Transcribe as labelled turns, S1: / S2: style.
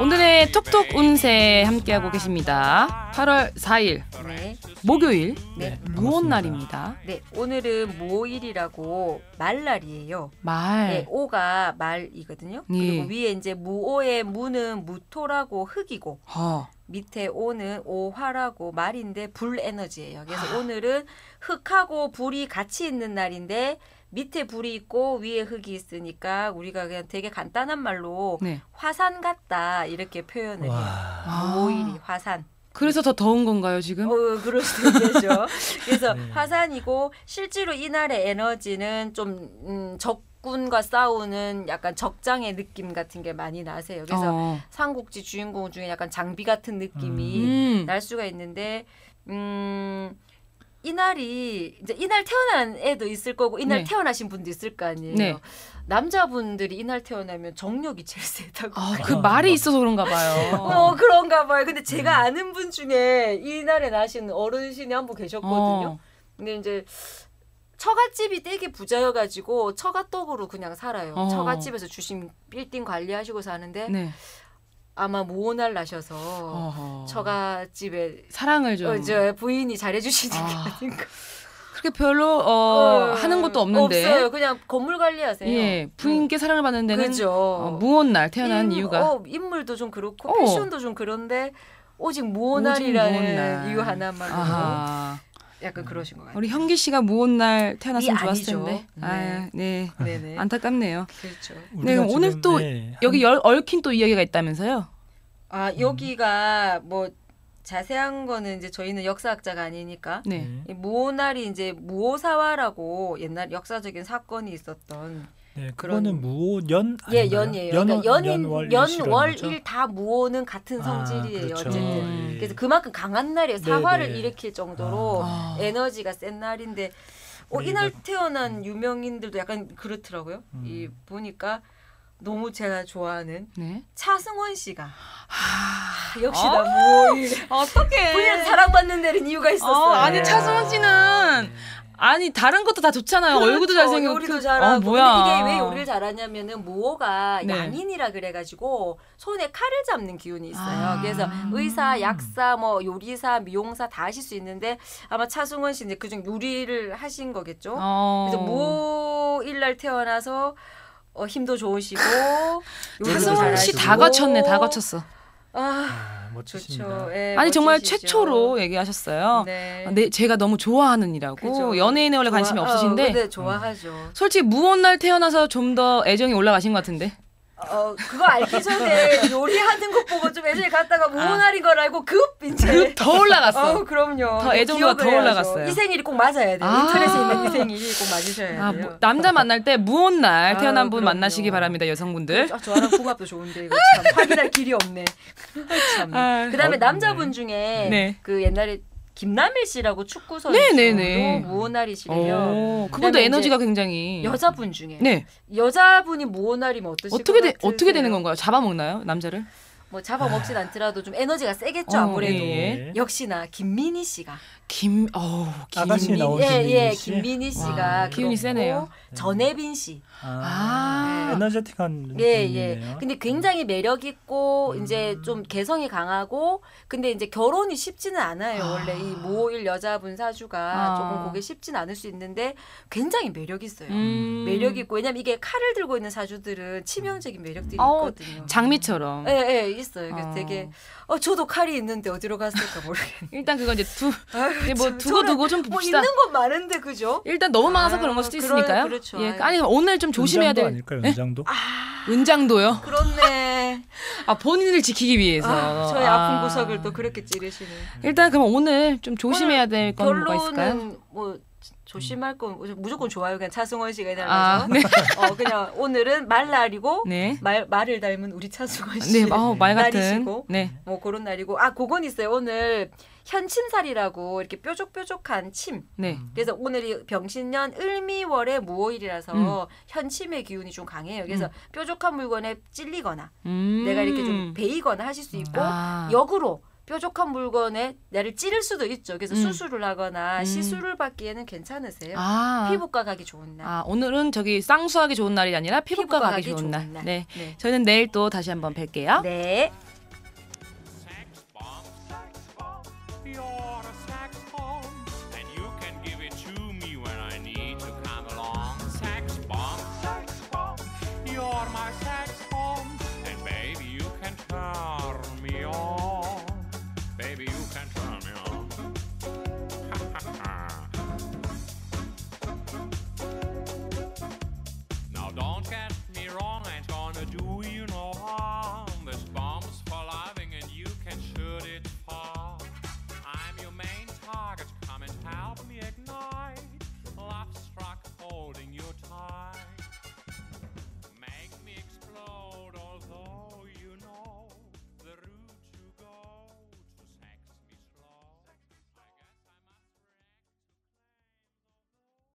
S1: 오늘의 톡톡 운세 함께하고 계십니다. 8월 4일
S2: 네.
S1: 목요일
S2: 네.
S1: 무언 날입니다.
S2: 네. 오늘은 모일이라고 말날이에요. 네.
S1: 말
S2: 오가 말이거든요.
S1: 예.
S2: 그리고 위에 이제 무오의 무는 무토라고 흙이고
S1: 허.
S2: 밑에 오는 오화라고 말인데 불 에너지예요. 그래서 오늘은 흙하고 불이 같이 있는 날인데 밑에 불이 있고 위에 흙이 있으니까 우리가 그냥 되게 간단한 말로
S1: 네.
S2: 화산 같다 이렇게 표현을 해요.
S3: 와.
S1: 아.
S2: 모일이 화산.
S1: 그래서 더 더운 건가요 지금?
S2: 어, 그럴 수도 있겠죠. 그래서
S1: 음.
S2: 화산이고 실제로 이날의 에너지는 좀 음, 적군과 싸우는 약간 적장의 느낌 같은 게 많이 나세요. 그래서
S1: 어.
S2: 삼국지 주인공 중에 약간 장비 같은 느낌이
S1: 음.
S2: 날 수가 있는데 음 이날이 이제 이날 태어난 애도 있을 거고
S1: 네.
S2: 이날 태어나신 분도 있을 거 아니에요.
S1: 네.
S2: 남자분들이 이날 태어나면 정력이 제일 세다고.
S1: 아, 그 말이 있어서 음. 그런가
S2: 어,
S1: 봐요.
S2: 그런가 봐요. 근데 제가 아는 분 중에 이날에 나신 어르신이 한 분 계셨거든요.
S1: 어.
S2: 근데 이제 처갓집이 되게 부자여가지고 처갓떡으로 그냥 살아요.
S1: 어.
S2: 처갓집에서 주신 빌딩 관리하시고 사는데
S1: 네.
S2: 아마 모날 나셔서
S1: 어허.
S2: 처갓집에
S1: 사랑을 좀
S2: 어, 저 부인이 잘해주시는
S1: 아.
S2: 게 아닌가.
S1: 그렇게 별로 어,
S2: 어,
S1: 하는 것도 없는데
S2: 없어요. 그냥 건물 관리하세요. 음.
S1: 예 부인께 사랑을 받는 데는
S2: 그죠.
S1: 어, 무언 날 태어난
S2: 인-
S1: 이유가
S2: 어, 인물도 좀 그렇고
S1: 어.
S2: 패션도 좀 그런데 오직
S1: 오직 무언날.
S2: 모날이라는 이유 하나만으로
S1: 아하.
S2: 약간 그러신 것 같아요.
S1: 우리 현기 씨가 무언 날 태어났으면
S2: 이
S1: 좋았을
S2: 아니죠.
S1: 텐데
S2: 네.
S1: 아, 네
S2: 네네.
S1: 안타깝네요
S2: 그렇죠.
S1: 네, 그럼 오늘 또 여기 열, 얽힌 또 이야기가 있다면서요
S2: 아 여기가 뭐 자세한 거는 이제 저희는 역사학자가 아니니까
S1: 네
S3: 예.
S2: 이 무오날이 이제 무오사화라고 옛날 역사적인 사건이 있었던
S3: 네,
S2: 그런-
S3: 그거는 무오연
S2: 예
S3: 아닌가요?
S2: 연이에요.
S3: 연-
S2: 그러니까 연인
S3: 연월 아,
S2: 연월일 다 무오는 같은 성질이에요.
S3: 그렇죠.
S2: 어쨌든
S3: 예.
S1: 음.
S2: 그래서 그만큼 강한 날이에요.
S3: 네,
S2: 사화를
S3: 네.
S2: 일으킬 정도로
S1: 아.
S2: 에너지가 센 날인데 어,
S3: 우리
S2: 이날
S3: 뭐-
S2: 태어난 유명인들도 약간 그렇더라고요.
S3: 음.
S2: 이 보니까 너무 제가 좋아하는
S1: 네.
S2: 차승원 씨가 아, 역시
S1: 아.
S2: 나 무오일
S1: 어떻게
S2: 부인은 사랑받는 데는 이유가 있었어요.
S1: 네.
S2: 네.
S1: 어, 아니 차승원 씨는 아니 다른 것도 다 좋잖아요. 얼굴도 잘생기고
S2: 그렇죠. 요리도
S1: 그-
S2: 잘하고
S1: 어, 뭐야.
S2: 근데 이게 왜 요리를 잘하냐면은 무호가
S1: 네.
S2: 양인이라 그래가지고 손에 칼을 잡는 기운이 있어요.
S1: 아.
S2: 그래서 의사, 약사, 뭐 요리사, 미용사 다 하실 수 있는데 아마 차승원 씨 이제 그중 요리를 하신 거겠죠.
S1: 어.
S2: 그래서 뭐 무일날 태어나서 어, 힘도 좋으시고 요리도
S1: 차승원 씨 다
S2: 잘하시고.
S1: 거쳤네. 다 거쳤어.
S2: 아
S3: 멋지십니다.
S2: 좋죠. 예,
S1: 아니 정말
S2: 멋지시죠.
S1: 최초로 얘기하셨어요.
S2: 네.
S1: 아, 네, 제가 너무 좋아하는이라고
S2: 그죠.
S1: 연예인에 원래 관심이
S2: 좋아-
S1: 없으신데 음.
S2: 어, 근데 좋아하죠.
S1: 솔직히 무언날 태어나서 좀 더 애정이 올라가신 것 같은데
S2: 어 그거 알기 전에 요리하는 거 보고 좀 애정이
S1: 아.
S2: 갔다가 무모날인 걸 알고 급 이제.
S1: 그 더 올라갔어.
S2: 어 그럼요.
S1: 더 애정도가
S2: 기억을
S1: 더
S2: 해야죠.
S1: 올라갔어요.
S2: 이 생일이 꼭 맞아야 돼요.
S1: 아.
S2: 인터넷에 있는 이 생일이 꼭 맞으셔야
S1: 아,
S2: 돼요.
S1: 뭐, 남자 만날 때 무언날
S2: 아,
S1: 태어난 분
S2: 그럼요.
S1: 만나시기 바랍니다, 여성분들.
S2: 아, 저랑 궁합도 좋은데 이거 참 확인할 길이 없네. 참.
S1: 아,
S2: 그다음에 그렇죠.
S3: 어,
S2: 남자분 중에
S1: 네.
S2: 그 옛날에 김남일 씨라고 축구
S1: 네네네.
S2: 선수도 무오날이시래요.
S1: 오, 어, 그분도
S2: 그다음에 이제
S1: 에너지가 굉장히
S2: 여자분 중에
S1: 네
S2: 여자분이 무오날이면 어떠실
S1: 어떻게
S2: 것
S1: 되,
S2: 같으세요?
S1: 어떻게 되는 건가요? 잡아먹나요 남자를?
S2: 뭐 잡아먹진 않더라도 좀 에너지가 세겠죠
S1: 어,
S2: 아무래도.
S1: 예.
S2: 역시나 김민희 씨가
S1: 김, 어우, 김.
S3: 아가씨
S1: 민-
S3: 나오는- 어,
S2: 예,
S3: 김민희
S2: 예,
S3: 씨?
S2: 김민희 씨가
S3: 와,
S2: 그렇고
S1: 기운이 세네요. 네.
S2: 전혜빈 씨.
S1: 아,
S3: 에너제틱한
S2: 예,
S3: 느낌이네요.
S2: 예. 근데 굉장히 매력 있고
S3: 음.
S2: 이제 좀 개성이 강하고 근데 이제 결혼이 쉽지는 않아요.
S1: 아.
S2: 원래 이 모일 여자분 사주가
S1: 아.
S2: 조금 그게 쉽진 않을 수 있는데 굉장히 매력 있어요.
S1: 음.
S2: 네. 매력 있고 왜냐면 이게 칼을 들고 있는 사주들은 치명적인 매력들이
S1: 아우,
S2: 있거든요.
S1: 장미처럼.
S2: 예, 예, 있어요. 그래서
S1: 어.
S2: 되게 어 저도 칼이 있는데 어디로 갔을까 모르겠네.
S1: 일단 그건 이제 두,
S2: 아유,
S1: 이제 뭐
S2: 참,
S1: 두고
S2: 저는
S1: 두고 좀
S2: 뭐
S1: 봅시다. 예.
S2: 있는 건 많은데 그죠?
S1: 일단 너무 많아서
S2: 아,
S1: 그런 걸 수도
S2: 그런-
S1: 있으니까요.
S2: 그렇죠.
S1: 예,
S2: 아이고.
S1: 아니 오늘 좀 조심해야
S3: 연장도
S1: 될
S3: 아닐까요? 연장도?
S1: 은장도요.
S2: 그렇네.
S1: 아 본인을 지키기 위해서.
S2: 아, 저의 아픈 구석을 또 그렇게 찌르시네.
S1: 일단 그럼 오늘 좀 조심해야 될 건 뭐가 있을까요?
S2: 결론은 뭐 조- 조심할 건 무조건 좋아요. 그냥 차승원 씨가
S1: 아,
S2: 해달라서. 어 그냥 오늘은 말날이고
S1: 네.
S2: 말 말을 닮은 우리 차승원 씨.
S1: 네, 어, 말 같은.
S2: 날이시고.
S1: 네.
S2: 뭐 그런 날이고 아 그건 있어요. 오늘 현침살이라고 이렇게 뾰족뾰족한 침.
S1: 네.
S2: 그래서 오늘이 병신년 을미월의 무오일이라서
S1: 음.
S2: 현침의 기운이 좀 강해요. 그래서
S1: 음.
S2: 뾰족한 물건에 찔리거나
S1: 음.
S2: 내가 이렇게 좀 베이거나 하실 수 있고
S1: 아.
S2: 역으로 뾰족한 물건에 나를 찌를 수도 있죠. 그래서
S1: 음.
S2: 수술을 하거나
S1: 음.
S2: 시술을 받기에는 괜찮으세요.
S1: 아.
S2: 피부과 가기 좋은 날.
S1: 아, 오늘은 저기 쌍수하기 좋은 날이 아니라 피부과,
S2: 피부과
S1: 가기
S2: 가기
S1: 좋은
S2: 좋은
S1: 날.
S2: 날.
S1: 네.
S2: 네.
S1: 저희는 내일 또 다시 한번 뵐게요.
S2: 네.